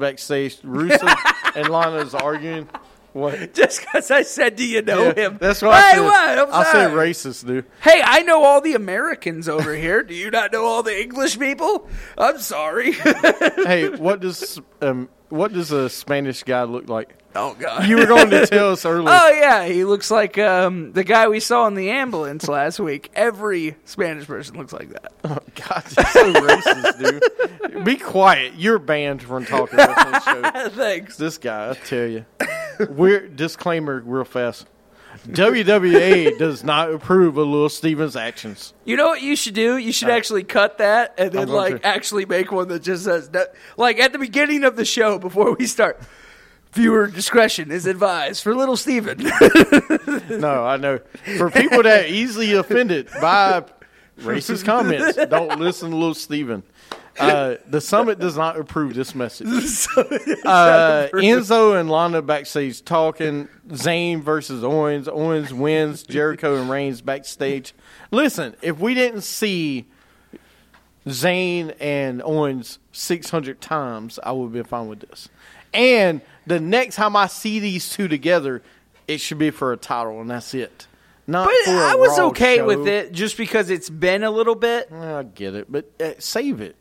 Speaker 5: <laughs>
Speaker 6: backstage. Rusev and Lana's arguing. What?
Speaker 5: Just because I said, do you know him?
Speaker 6: That's what I
Speaker 5: Hey,
Speaker 6: said.
Speaker 5: what? I'm
Speaker 6: I said
Speaker 5: sorry. <laughs>
Speaker 6: racist, dude.
Speaker 5: Hey, I know all the Americans over here. Do you not know all the English people? I'm sorry. <laughs>
Speaker 6: Hey, what does um, what does a Spanish guy look like?
Speaker 5: oh, God.
Speaker 6: You were going to tell us earlier.
Speaker 5: Oh yeah, he looks like um, the guy we saw in the ambulance last week. Every Spanish person looks like that.
Speaker 6: <laughs> God, you're so racist, dude. Be quiet. You're banned from talking about
Speaker 5: <laughs>
Speaker 6: this
Speaker 5: <laughs>
Speaker 6: show.
Speaker 5: Thanks.
Speaker 6: This guy, I tell you. We're disclaimer real fast. WWE does not approve of Lil Steven's actions.
Speaker 5: You know what you should do? You should actually cut that and then
Speaker 6: I'm going
Speaker 5: like
Speaker 6: to.
Speaker 5: actually make one that just says no- like at the beginning of the show before we start. Viewer discretion is advised for little Steven. <laughs>
Speaker 6: No, I know. For people that are easily offended by racist comments, don't listen to Lil Steven. Uh, the summit does not approve this message.
Speaker 5: <laughs>
Speaker 6: Uh, Enzo and Lana backstage talking. Zayn versus Owens. Owens
Speaker 5: <laughs>
Speaker 6: wins. Jericho and Reigns backstage. Listen, if we didn't see Zayn and Owens 600 times, I would have been fine with this. And the next time I see these two together, it should be for a title, and that's it. Not
Speaker 5: But
Speaker 6: for a
Speaker 5: I was
Speaker 6: Raw
Speaker 5: okay
Speaker 6: show.
Speaker 5: with it just because it's been a little bit.
Speaker 6: I get it, but uh, save it.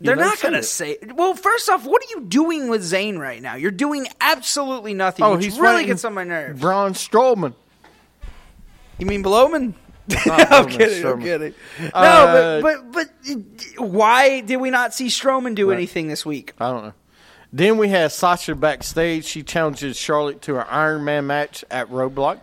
Speaker 6: You
Speaker 5: They're
Speaker 6: know,
Speaker 5: not
Speaker 6: save
Speaker 5: going to
Speaker 6: it.
Speaker 5: say. Well, first off, what are you doing with Zayn right now? You're doing absolutely nothing,
Speaker 6: Oh,
Speaker 5: which
Speaker 6: he's
Speaker 5: really
Speaker 6: fighting
Speaker 5: gets on my nerves.
Speaker 6: Braun Strowman.
Speaker 5: You mean <laughs> Blowman? I'm
Speaker 6: Strowman,
Speaker 5: kidding. I'm
Speaker 6: Strowman.
Speaker 5: kidding.
Speaker 6: Uh,
Speaker 5: no, but, but but why did we not see Strowman do anything this week?
Speaker 6: I don't know. Then we had Sasha backstage. She challenges Charlotte to an Iron Man match at Roadblock.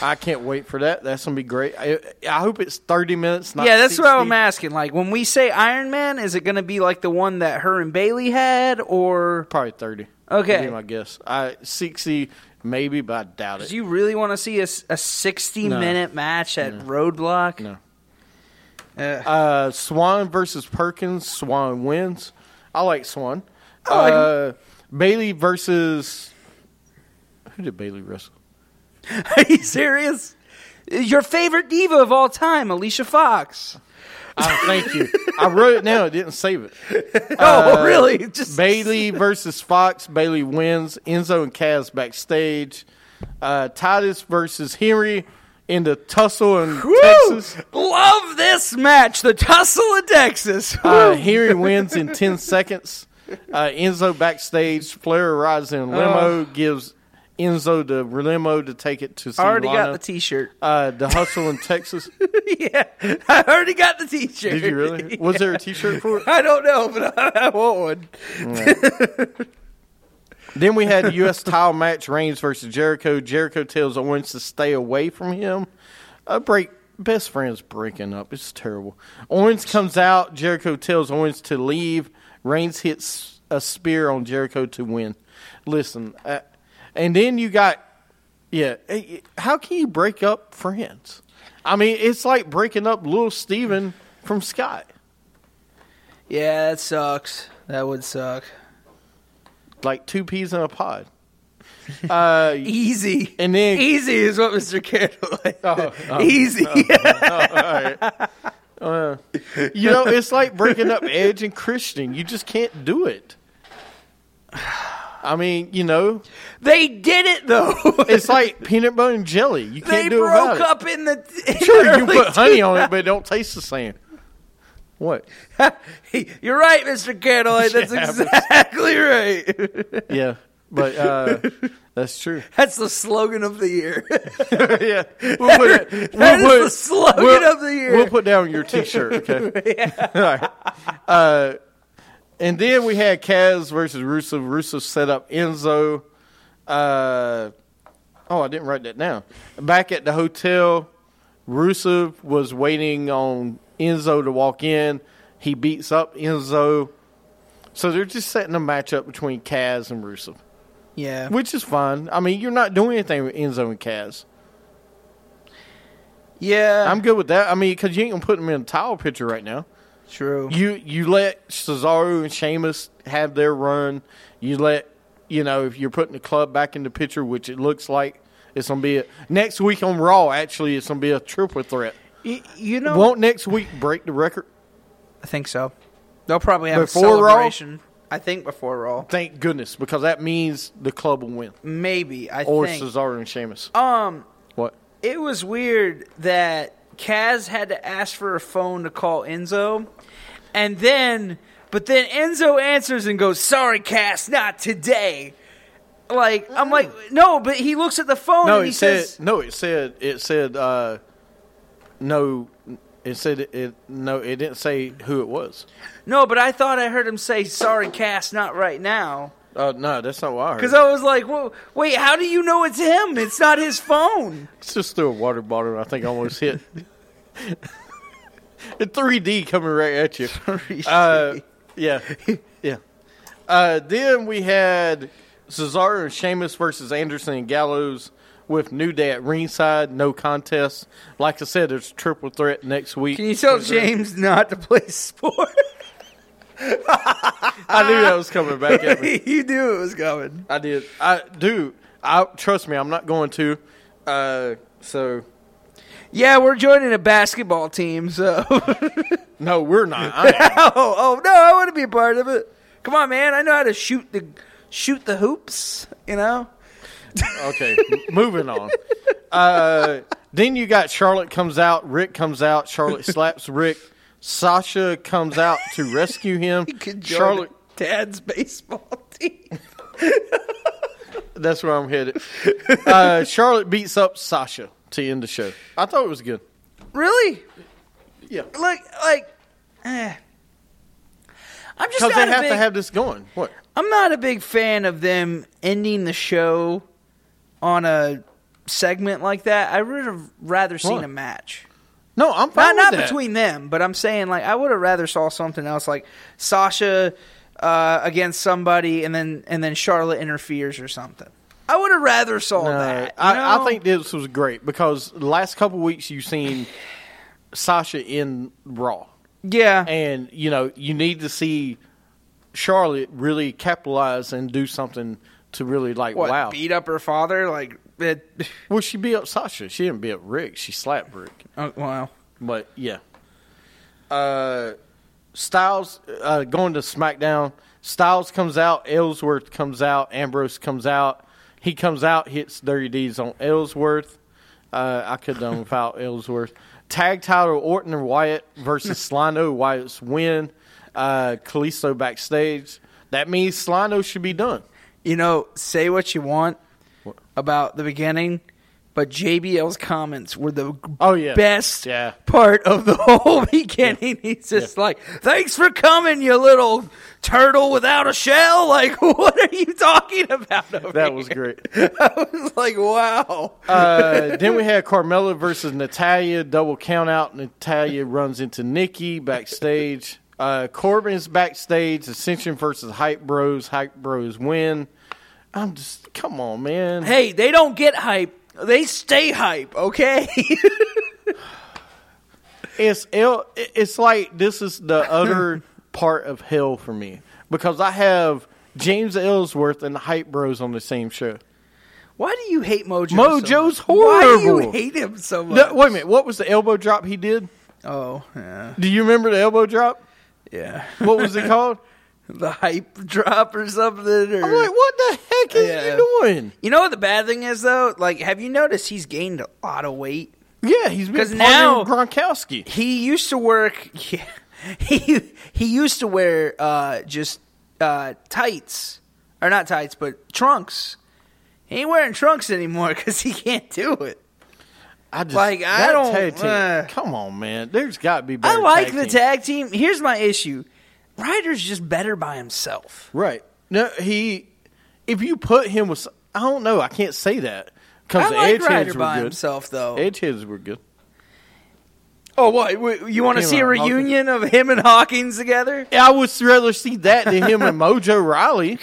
Speaker 6: I can't wait for that. That's gonna be great. I, I hope it's thirty minutes. Not
Speaker 5: yeah, that's what
Speaker 6: 60.
Speaker 5: I'm asking. Like when we say Iron Man, is it going to be like the one that her and Bailey had, or
Speaker 6: Probably thirty.
Speaker 5: Okay.
Speaker 6: would be my guess. I sixty maybe, but I doubt it.
Speaker 5: do you really want to see a, s- a 60 minute match at Roadblock?
Speaker 6: No.
Speaker 5: Ugh.
Speaker 6: Uh, Swan versus Perkins. Swan wins. I like Swan.
Speaker 5: like him.
Speaker 6: uh, Bailey versus who did Bailey wrestle?
Speaker 5: <laughs> Are you serious? Your favorite diva of all time, Alicia Fox.
Speaker 6: I
Speaker 5: <laughs>
Speaker 6: thank you. I wrote it now. I didn't save it. Uh,
Speaker 5: oh, really? Just
Speaker 6: Bailey versus Fox. Bailey wins. Enzo and Kaz backstage. Uh, Titus versus Henry in the tussle in
Speaker 5: Woo!
Speaker 6: Texas.
Speaker 5: Love this match, the tussle of Texas.
Speaker 6: Uh, Henry wins in 10 <laughs> seconds. Uh, Enzo backstage. Flair arrives in a limo, gives Enzo the limo to take it to see
Speaker 5: <laughs> I already got
Speaker 6: Lana.
Speaker 5: the T-shirt. <laughs>
Speaker 6: uh, the hustle in Texas.
Speaker 5: yeah, I already got the T-shirt.
Speaker 6: Did you really? Was there a T-shirt for it?
Speaker 5: <laughs> I don't know, but <laughs> I, I want one.
Speaker 6: Then we had a U.S. tile match, Reigns versus Jericho. Jericho tells Owens to stay away from him. A break. Best friends breaking up. It's terrible. Owens comes out. Jericho tells Owens to leave. Reigns hits a spear on Jericho to win. Listen, uh, and then you got, yeah. eh, How can you break up friends? I mean, it's like breaking up Little Steven from Scott.
Speaker 5: Yeah, that sucks. That would suck.
Speaker 6: Like two peas in a pod. Uh,
Speaker 5: Easy.
Speaker 6: and then
Speaker 5: Easy is what Mr. Candle liked.
Speaker 6: <laughs> Oh, oh.
Speaker 5: Easy. <laughs>
Speaker 6: <laughs> Uh, You know, it's like breaking up Edge and Christian. You just can't do it. I mean, you know,
Speaker 5: they did it though. <laughs>
Speaker 6: it's like peanut butter and jelly. You can't
Speaker 5: they
Speaker 6: do
Speaker 5: broke
Speaker 6: it.
Speaker 5: up in the. <laughs> in
Speaker 6: Sure,
Speaker 5: the
Speaker 6: you
Speaker 5: early
Speaker 6: put honey on it, but it don't taste the same. What?
Speaker 5: <laughs> You're right, Mr.
Speaker 6: <laughs>
Speaker 5: Candlelight. That's exactly <laughs> right.
Speaker 6: Yeah, but uh, that's true.
Speaker 5: That's the slogan of the year.
Speaker 6: yeah, we'll put it. We'll
Speaker 5: <laughs> That is
Speaker 6: put,
Speaker 5: the slogan
Speaker 6: we'll-
Speaker 5: of the year.
Speaker 6: We'll put down your T-shirt. Okay. <laughs> All right. Uh, and then we had Kaz versus Rusev. Rusev set up Enzo. Uh, oh, I didn't write that down. Back at the hotel, Rusev was waiting on Enzo to walk in. He beats up Enzo. So they're just setting a match up between Kaz and Rusev,
Speaker 5: yeah.
Speaker 6: which is fine. I mean, you're not doing anything with Enzo and Kaz.
Speaker 5: Yeah.
Speaker 6: I'm good with that. I mean, because you ain't gonna put them in a towel picture right now.
Speaker 5: true.
Speaker 6: You you let Cesaro and Sheamus have their run. You let you know if you're putting the club back in the picture, which it looks like it's gonna be a, next week on Raw. Actually, it's gonna be a triple threat.
Speaker 5: You, you know,
Speaker 6: Won't next week break the record?
Speaker 5: I think so. They'll probably have
Speaker 6: Before
Speaker 5: a
Speaker 6: Raw?
Speaker 5: celebration. I think before Raw.
Speaker 6: Thank goodness, because that means the club will win
Speaker 5: Maybe. I
Speaker 6: or
Speaker 5: think.
Speaker 6: Cesaro and Sheamus.
Speaker 5: Um,
Speaker 6: what?
Speaker 5: it was weird that Kaz had to ask for a phone to call Enzo, and then, but then Enzo answers and goes, "Sorry, Kaz, not today." Like I'm like, no, but he looks at the phone oh,
Speaker 6: No,
Speaker 5: and he
Speaker 6: it said
Speaker 5: says,
Speaker 6: no. It said it said uh, no. It said it, it no. It didn't say who it was.
Speaker 5: "No, but I thought I heard him say, "Sorry, Kaz, not right now."
Speaker 6: Uh, no, that's not what I heard.
Speaker 5: Because I was like, well, wait, how do you know it's him? It's not his phone.
Speaker 6: just threw a water bottle and I think I almost hit. <laughs> the 3D coming right at you. Uh, yeah. Yeah. Uh, then we had Cesaro and Sheamus versus Anderson and Gallows with New Day at ringside. No contest. Like I said, there's a triple threat next
Speaker 5: <laughs>
Speaker 6: week.
Speaker 5: Can you tell James not to play sport?
Speaker 6: I knew that was coming back
Speaker 5: <laughs>
Speaker 6: at me.
Speaker 5: you knew it was coming.
Speaker 6: I did. I do. I trust me. I'm not going to. Uh, so
Speaker 5: Yeah, we're joining a basketball team, so. <laughs>
Speaker 6: no, we're not. I am.
Speaker 5: oh, oh no, I want to be a part of it. Come on, man, I know how to shoot the shoot the hoops. You know,
Speaker 6: okay, m- moving on. Uh, then you got Charlotte comes out. Rick comes out. Charlotte slaps Rick. Sasha comes out to rescue <laughs> him. Charlotte.
Speaker 5: Dad's baseball <laughs> team.
Speaker 6: That's where I'm headed. Uh, Charlotte beats up Sasha to end the show. I thought it was good.
Speaker 5: Really?
Speaker 6: Yeah.
Speaker 5: Like, like, eh. I'm just
Speaker 6: Because
Speaker 5: not
Speaker 6: they
Speaker 5: a
Speaker 6: have
Speaker 5: big,
Speaker 6: to have this going. What?
Speaker 5: I'm not a big fan of them ending the show on a segment like that. I would have rather seen
Speaker 6: Why?
Speaker 5: a match.
Speaker 6: No, I'm
Speaker 5: Not
Speaker 6: fine.
Speaker 5: not
Speaker 6: with that.
Speaker 5: between them, but I'm saying like I would have rather saw something else like Sasha uh, against somebody and then and then Charlotte interferes or something. I would have rather saw
Speaker 6: No,
Speaker 5: that. you
Speaker 6: I, I
Speaker 5: know?
Speaker 6: think this was great because the last couple weeks you've seen Sasha in Raw,
Speaker 5: yeah.
Speaker 6: and you know you need to see Charlotte really capitalize and do something to really like
Speaker 5: what
Speaker 6: wow.
Speaker 5: beat up her father like it, <laughs>
Speaker 6: well, she beat up Sasha. She didn't beat up Rick. She slapped Rick.
Speaker 5: oh, wow.
Speaker 6: But yeah, uh, Styles uh, going to SmackDown. Styles comes out. Ellsworth comes out. Ambrose comes out. He comes out, hits Dirty D's on Ellsworth. Uh, I could have done without Ellsworth. Tag title Orton and Wyatt versus Slino. Wyatt's win. Uh, Kalisto backstage. That means Slino should be done.
Speaker 5: You know, say what you want about the beginning, but JBL's comments were the
Speaker 6: Oh, yeah.
Speaker 5: best
Speaker 6: Yeah.
Speaker 5: part of the <laughs> whole beginning. He's just like, "Thanks for coming, you little turtle without a shell." <laughs> Like, what are you talking about? Over <laughs>
Speaker 6: That was great.
Speaker 5: I was like, "Wow."
Speaker 6: Uh, then we had Carmella versus Natalia, double count out. Natalia runs into Nikki backstage. Uh, Corbin's backstage. Ascension versus Hype Bros. Hype Bros win. I'm just, come on, man.
Speaker 5: hey, they don't get hype; they stay hype. Okay. <laughs>
Speaker 6: It's ill- It's like this is the <laughs> other part of hell for me because I have James Ellsworth and the Hype Bros on the same show.
Speaker 5: Why do you hate Mojo? so
Speaker 6: Mojo's
Speaker 5: much? Why do you
Speaker 6: horrible.
Speaker 5: hate him so much?
Speaker 6: No, wait a minute. What was the elbow drop he did?
Speaker 5: Oh, yeah,
Speaker 6: Do you remember the elbow drop?
Speaker 5: yeah.
Speaker 6: What was <laughs> it called?
Speaker 5: the hype drop or something. Or
Speaker 6: I'm like, what the heck is
Speaker 5: Yeah.
Speaker 6: you doing?
Speaker 5: You know what the bad thing is though? Like, have you noticed he's gained a lot of weight?
Speaker 6: Yeah, he's
Speaker 5: 'Cause
Speaker 6: been
Speaker 5: now-
Speaker 6: now Gronkowski.
Speaker 5: He used to work. <laughs> Yeah, he he used to wear uh, just uh, tights or not tights, but trunks. He ain't wearing trunks anymore <laughs> because he can't do it.
Speaker 6: I just
Speaker 5: Like, I
Speaker 6: that
Speaker 5: don't-
Speaker 6: tag team-
Speaker 5: uh,
Speaker 6: come on, man. There's got to be.
Speaker 5: I
Speaker 6: Better
Speaker 5: like
Speaker 6: tag
Speaker 5: the
Speaker 6: teams.
Speaker 5: tag team. Here's my issue: Ryder's just better by himself.
Speaker 6: Right? No, he. If you put him with, s- I don't know. I can't say that because
Speaker 5: I
Speaker 6: the
Speaker 5: like
Speaker 6: edge heads
Speaker 5: Ryder
Speaker 6: were
Speaker 5: by
Speaker 6: good.
Speaker 5: himself, though.
Speaker 6: Edge heads were good.
Speaker 5: oh, what? w- You want to
Speaker 6: Him
Speaker 5: see a
Speaker 6: and Hawkins.
Speaker 5: reunion of him and Hawkins together?
Speaker 6: Yeah, I would rather see that than
Speaker 5: <laughs>
Speaker 6: him and Mojo Riley.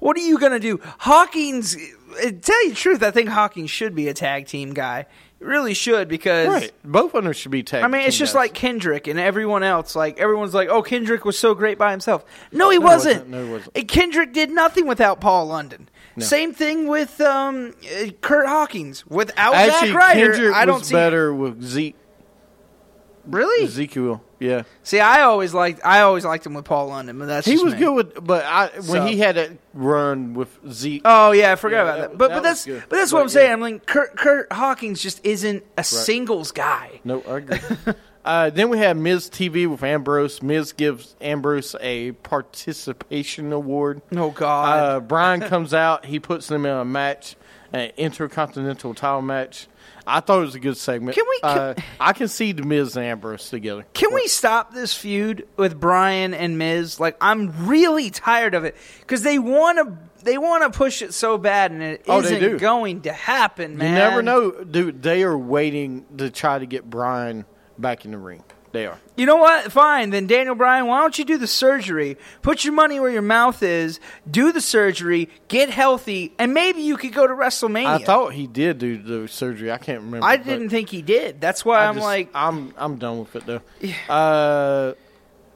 Speaker 5: What are you going to do? Hawkins, uh, tell you the truth, I think Hawkins should be a tag team guy. It really should because.
Speaker 6: Right? Both of them should be tag.
Speaker 5: I mean, it's
Speaker 6: team
Speaker 5: just
Speaker 6: guys.
Speaker 5: like Kendrick and everyone else. Like everyone's like, "Oh, Kendrick was so great by himself." No, he
Speaker 6: wasn't.
Speaker 5: wasn't.
Speaker 6: No, he wasn't.
Speaker 5: Uh, Kendrick did nothing without Paul London. Same thing with um, uh, Kurt Hawkins. Without
Speaker 6: actually,
Speaker 5: Zack oh, Ryder,
Speaker 6: Kendrick
Speaker 5: I don't
Speaker 6: was
Speaker 5: see
Speaker 6: better with Zeke
Speaker 5: really.
Speaker 6: Ezekiel. Yeah.
Speaker 5: See, I always liked I always liked him with Paul London, but that's
Speaker 6: He
Speaker 5: just
Speaker 6: was
Speaker 5: me.
Speaker 6: good with, but I when
Speaker 5: So-
Speaker 6: he had that run with Zeke,
Speaker 5: Oh yeah, I forgot about that.
Speaker 6: that was-
Speaker 5: But
Speaker 6: that
Speaker 5: but
Speaker 6: was
Speaker 5: that's
Speaker 6: good.
Speaker 5: but that's what
Speaker 6: Right,
Speaker 5: I'm saying.
Speaker 6: yeah.
Speaker 5: I'm like Kurt, Kurt Hawkins just isn't a singles guy.
Speaker 6: No, I agree. <laughs> uh, then we had Miz TV with Ambrose. Miz gives Ambrose a participation award.
Speaker 5: Oh God.
Speaker 6: Uh, Brian comes out. He puts them in a match, an intercontinental title match. I thought it was a good segment.
Speaker 5: Can we-
Speaker 6: Uh, I can see the Miz and Ambrose together.
Speaker 5: Can we stop this feud with Brian and Miz? Like I'm really tired of it because they want to they want to push it so bad and it
Speaker 6: Oh, they do.
Speaker 5: not going to happen, man.
Speaker 6: You never know, dude. They are waiting to try to get Brian back in the ring. They are.
Speaker 5: You know what? Fine. Then, Daniel Bryan, why don't you do the surgery? Put your money where your mouth is, do the surgery, get healthy, and maybe you could go to WrestleMania.
Speaker 6: I thought he did do the surgery. I can't remember.
Speaker 5: I
Speaker 6: but-
Speaker 5: didn't think he did. That's why
Speaker 6: I
Speaker 5: I am
Speaker 6: just-
Speaker 5: like,
Speaker 6: I'm I'm done with it though. Uh,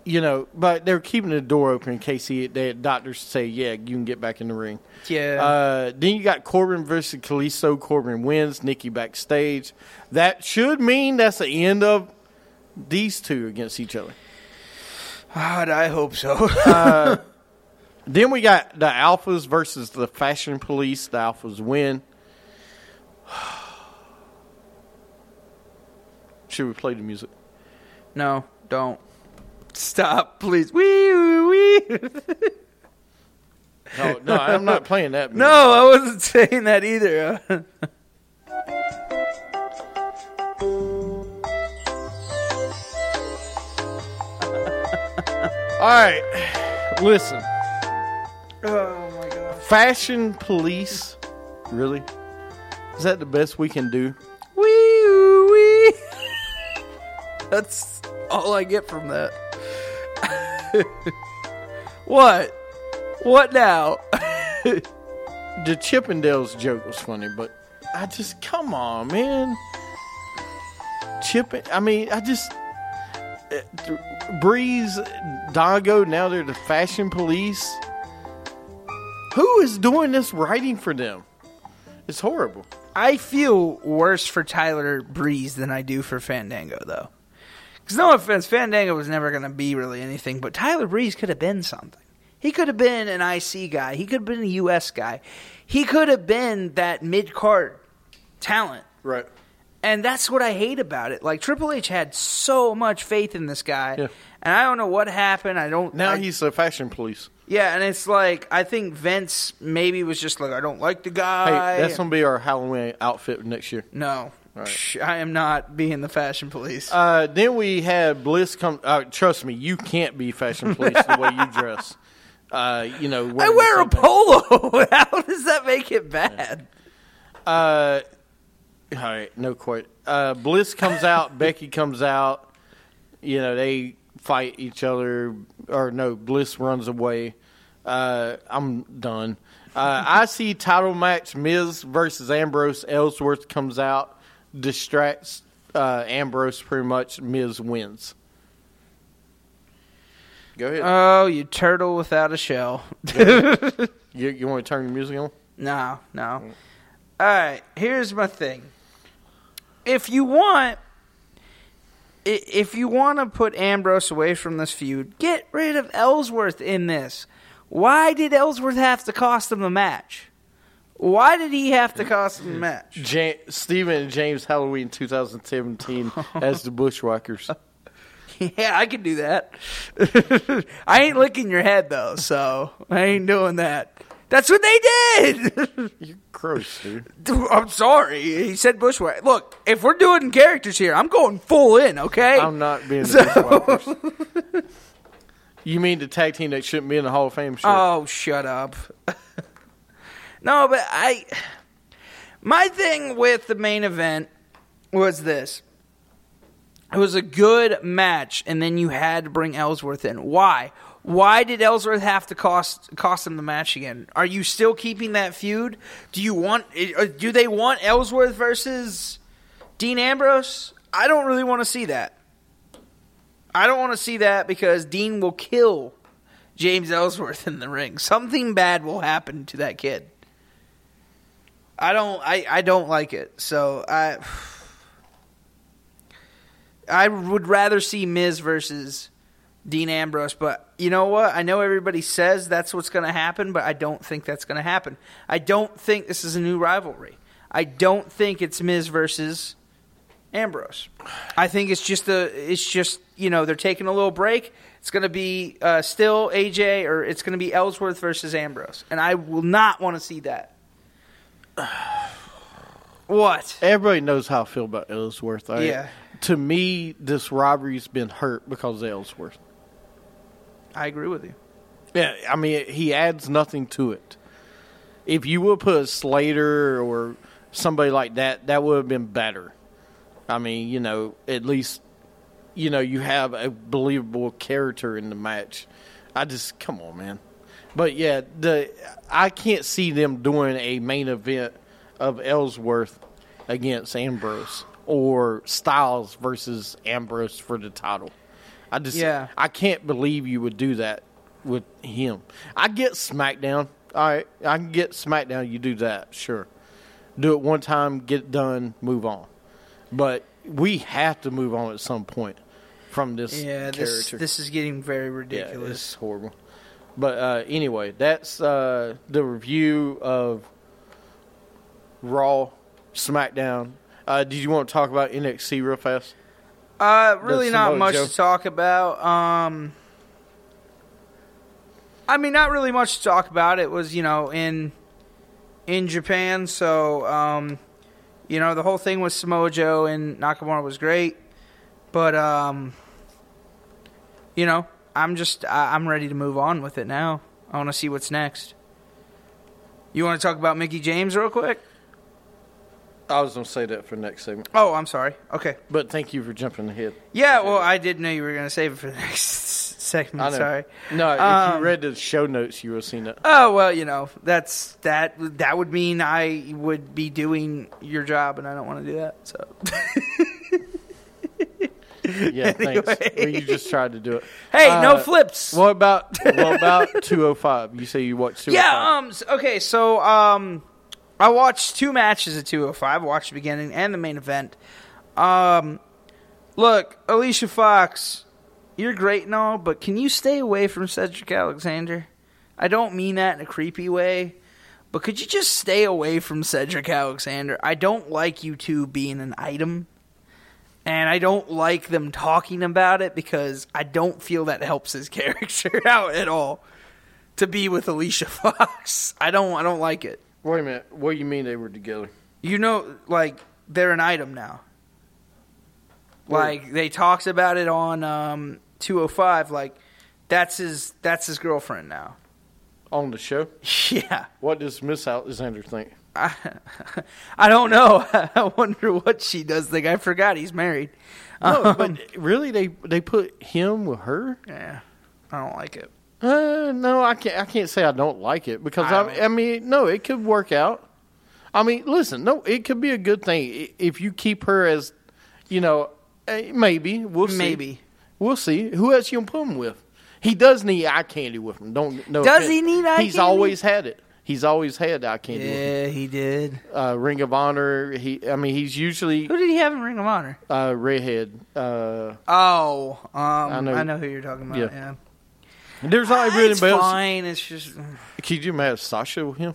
Speaker 6: you know, but they're keeping the door open in case he, the doctors say, yeah, you can get back in the ring.
Speaker 5: Yeah.
Speaker 6: Uh, then you got Corbin versus Kalisto. Corbin wins. Nikki backstage. That should mean that's the end of these two against each other.
Speaker 5: God, I hope so. <laughs>
Speaker 6: Then we got the Alphas versus the Fashion Police. The Alphas win. <sighs> Should we play the music?
Speaker 5: no, don't. Stop, please. Wee wee. wee.
Speaker 6: No, no, I'm not playing that.
Speaker 5: No, I wasn't <laughs> saying that either. <laughs>
Speaker 6: All right, listen. Oh my god. Fashion Police. Really? Is that the best we can do?
Speaker 5: wee wee. That's all I get from that. <laughs> what? What now? <laughs>
Speaker 6: The Chippendales joke was funny, but I just come on, man. Chippin, I mean, I just uh, th- Breeze, Dongo. Now they're the fashion police. Who is doing this writing for them? It's horrible.
Speaker 5: I feel worse for Tyler Breeze than I do for Fandango, though. Because no offense, Fandango was never going to be really anything, but Tyler Breeze could have been something. He could have been an IC guy. He could have been a US guy. He could have been that mid card talent.
Speaker 6: Right.
Speaker 5: And that's what I hate about it. Like Triple H had so much faith in this guy,
Speaker 6: Yeah.
Speaker 5: and I don't know what happened. I don't
Speaker 6: Now
Speaker 5: I-
Speaker 6: he's the fashion police.
Speaker 5: yeah, and it's like I think Vince maybe was just like I don't like the
Speaker 6: Hey,
Speaker 5: guy.
Speaker 6: that's gonna be our Halloween outfit next year.
Speaker 5: no, Psh, I am not being the fashion police.
Speaker 6: Uh, then we had Bliss come. Uh, trust me, you can't be fashion police the way you <laughs> dress. Uh, you know,
Speaker 5: I
Speaker 6: wearing the
Speaker 5: wear a
Speaker 6: same thing.
Speaker 5: polo. <laughs> How does that make it bad?
Speaker 6: Uh, all right, no quote. Uh, Bliss comes <laughs> out, Becky comes out. You know, they fight each other, or no, Bliss runs away. Uh, I'm done. <laughs> Uh, I see title match Miz versus Ambrose. Ellsworth comes out, distracts uh, Ambrose pretty much. Miz wins. Go ahead.
Speaker 5: Oh, you turtle without a shell. <laughs>
Speaker 6: you you want to turn the music on?
Speaker 5: No, no. All right, here's my thing. If you want, i- if you want to put Ambrose away from this feud, get rid of Ellsworth in this. Why did Ellsworth have to cost him a match? Why did he have to cost him a match?
Speaker 6: Ja- Stephen and James Halloween <laughs> 2017 as the Bushwhackers.
Speaker 5: <laughs> yeah, I can do that. <laughs> I ain't licking your head though, so I ain't doing that. That's what they did. <laughs>
Speaker 6: Gross, dude.
Speaker 5: I'm sorry. He said bushwhack. Look, if we're doing characters here, I'm going full in, okay?
Speaker 6: I'm not being <laughs> the Bushwhackers. You mean the tag team that shouldn't be in the Hall of Fame? Sure.
Speaker 5: Oh, shut up. <laughs> no, but I. My thing with the main event was this. It was a good match, and then you had to bring Ellsworth in. Why? Why did Ellsworth have to cost cost him the match again? Are you still keeping that feud? Do you want? uh, Do they want Ellsworth versus Dean Ambrose? I don't really want to see that. I don't want to see that because Dean will kill James Ellsworth in the ring. Something bad will happen to that kid. I don't I, I don't like it. So I I would rather see Miz versus Dean Ambrose, but you know what? I know everybody says that's what's going to happen, but I don't think that's going to happen. I don't think this is a new rivalry. I don't think it's Miz versus Ambrose. I think it's just a, it's just you know they're taking a little break. It's going to be uh, still AJ or it's going to be Ellsworth versus Ambrose, and I will not want to see that. <sighs> what?
Speaker 6: Everybody knows how I feel about Ellsworth. all right?
Speaker 5: Yeah.
Speaker 6: To me, this robbery's been hurt because of Ellsworth.
Speaker 5: I agree with you.
Speaker 6: Yeah, I mean, he adds nothing to it. If you would put Slater or somebody like that, that would have been better. I mean, you know, at least you know you have a believable character in the match. I just come on, man. But yeah, the I can't see them doing a main event of Ellsworth against Ambrose or Styles versus Ambrose for the title. I just
Speaker 5: Yeah.
Speaker 6: I can't believe you would do that with him. I get SmackDown. All right, I can get SmackDown. You do that, sure. Do it one time, get it done, move on. But we have to move on at some point from this
Speaker 5: Yeah, this,
Speaker 6: character.
Speaker 5: this is getting very
Speaker 6: Yeah,
Speaker 5: ridiculous.
Speaker 6: it's horrible. But uh, anyway, that's uh, the review of Raw, SmackDown. Uh, did you want to talk about NXT real fast?
Speaker 5: Uh, really
Speaker 6: That's
Speaker 5: not
Speaker 6: Samoa
Speaker 5: much
Speaker 6: Joe.
Speaker 5: to talk about. Um, I mean, not really much to talk about. It was, you know, in in Japan, so um, you know, the whole thing with Samoa Joe and Nakamura was great, but um, you know, I'm just I, I'm ready to move on with it now. I want to see what's next. You want to talk about Mickey James real quick?
Speaker 6: I was going to say that for next segment.
Speaker 5: Oh, I'm sorry. Okay.
Speaker 6: But thank you for jumping ahead.
Speaker 5: Yeah, well, I did know you were going to save it for the <laughs> next segment.
Speaker 6: I know.
Speaker 5: Sorry.
Speaker 6: No, if
Speaker 5: Um,
Speaker 6: you read the show notes, you would have
Speaker 5: <laughs>
Speaker 6: seen that.
Speaker 5: Oh well, you know that's that. That would mean I would be doing your job, and I don't want to do that. So
Speaker 6: Yeah, thanks.
Speaker 5: anyway.
Speaker 6: Well, you just tried to do it.
Speaker 5: hey, no
Speaker 6: Uh,
Speaker 5: flips.
Speaker 6: What about
Speaker 5: <laughs>
Speaker 6: what about 205? You say you watched 205.
Speaker 5: yeah. Um. s- Okay. So um, I watched two matches at 205. I watched the beginning and the main event. Um, look, Alicia Fox, you're great and all, but can you stay away from Cedric Alexander? I don't mean that in a creepy way, but could you just stay away from Cedric Alexander? I don't like you two being an item. And I don't like them talking about it because I don't feel that helps his <laughs> character out at all to be with Alicia <laughs> Fox. I don't I don't like it.
Speaker 6: Wait a minute. What do you mean they were together?
Speaker 5: You know like they're an item now. Like they talked about it on um 205 like that's his that's his girlfriend
Speaker 6: <laughs>
Speaker 5: now.
Speaker 6: On the show?
Speaker 5: Yeah.
Speaker 6: What does Miss Alexander think?
Speaker 5: I, <laughs> I don't know. <laughs> I wonder what she does think. I forgot he's married. <laughs> Oh.
Speaker 6: No, but really, they they put him with her.
Speaker 5: Yeah. I don't like it.
Speaker 6: Uh, no, I can't. I can't say I don't like it because
Speaker 5: I
Speaker 6: I,
Speaker 5: don't-
Speaker 6: I, mean, no, it could work out. I mean, listen, no, it could be a good thing I- if you keep her as, you know, eh, maybe we'll see.
Speaker 5: Maybe.
Speaker 6: we'll see who else you gonna put him with. He does need eye candy with him. Don't no.
Speaker 5: Does
Speaker 6: offense.
Speaker 5: he need eye
Speaker 6: He's
Speaker 5: candy?
Speaker 6: always had it. He's always had eye candy. With him.
Speaker 5: Yeah, he did.
Speaker 6: Uh, Ring of Honor. He. I mean, he's usually
Speaker 5: Who did he have in Ring of Honor?
Speaker 6: uh, redhead. Uh,
Speaker 5: Oh, um, I know,
Speaker 6: know-
Speaker 5: who you're talking about.
Speaker 6: Yeah.
Speaker 5: Yeah,
Speaker 6: there's not
Speaker 5: Ah,
Speaker 6: really
Speaker 5: it's
Speaker 6: anybody else-
Speaker 5: fine. It's just mm.
Speaker 6: Could you have Sasha with him?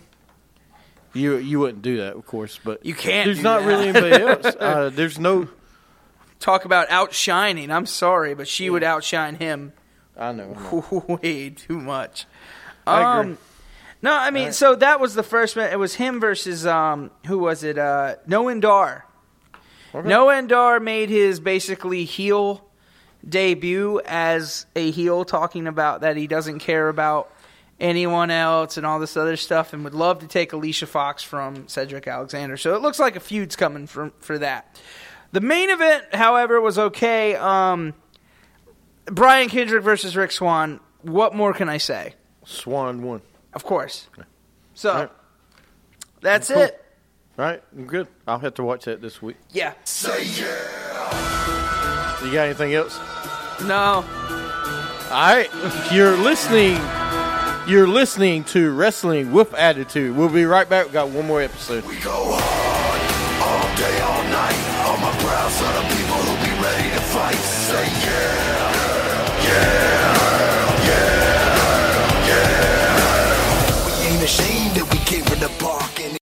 Speaker 6: You you wouldn't do that, of course, but
Speaker 5: You can't
Speaker 6: There's
Speaker 5: do
Speaker 6: not
Speaker 5: that.
Speaker 6: really anybody
Speaker 5: <laughs>
Speaker 6: else. Uh, there's no.
Speaker 5: talk about outshining. I'm sorry, but she would outshine him <laughs>
Speaker 6: I know. I know.
Speaker 5: way too much.
Speaker 6: I agree.
Speaker 5: Um, no, I mean, so that was the first match. It was him versus um, who was it? Uh, Noah Dar. Noah Dar made his basically heel debut as a heel, talking about that he doesn't care about anyone else and all this other stuff, and would love to take Alicia Fox from Cedric Alexander. So it looks like a feud's coming from for that. The main event, however, was okay. Um, Brian Kendrick versus Rick Swan. What more can I say?
Speaker 6: Swan won.
Speaker 5: Of course. So
Speaker 6: Alright.
Speaker 5: that's
Speaker 6: Cool.
Speaker 5: it.
Speaker 6: All right, I'm good. I'll have to watch that this week.
Speaker 5: Yeah.
Speaker 6: You got anything else?
Speaker 5: No.
Speaker 6: All right, you're listening. You're listening to Wrestling with Attitude. We'll be right back. We've got one more episode.
Speaker 7: We go hard all day, all night. All my crowds are the people who be ready to fight. Say yeah, yeah, yeah, yeah, yeah. We ain't ashamed that we came from the park.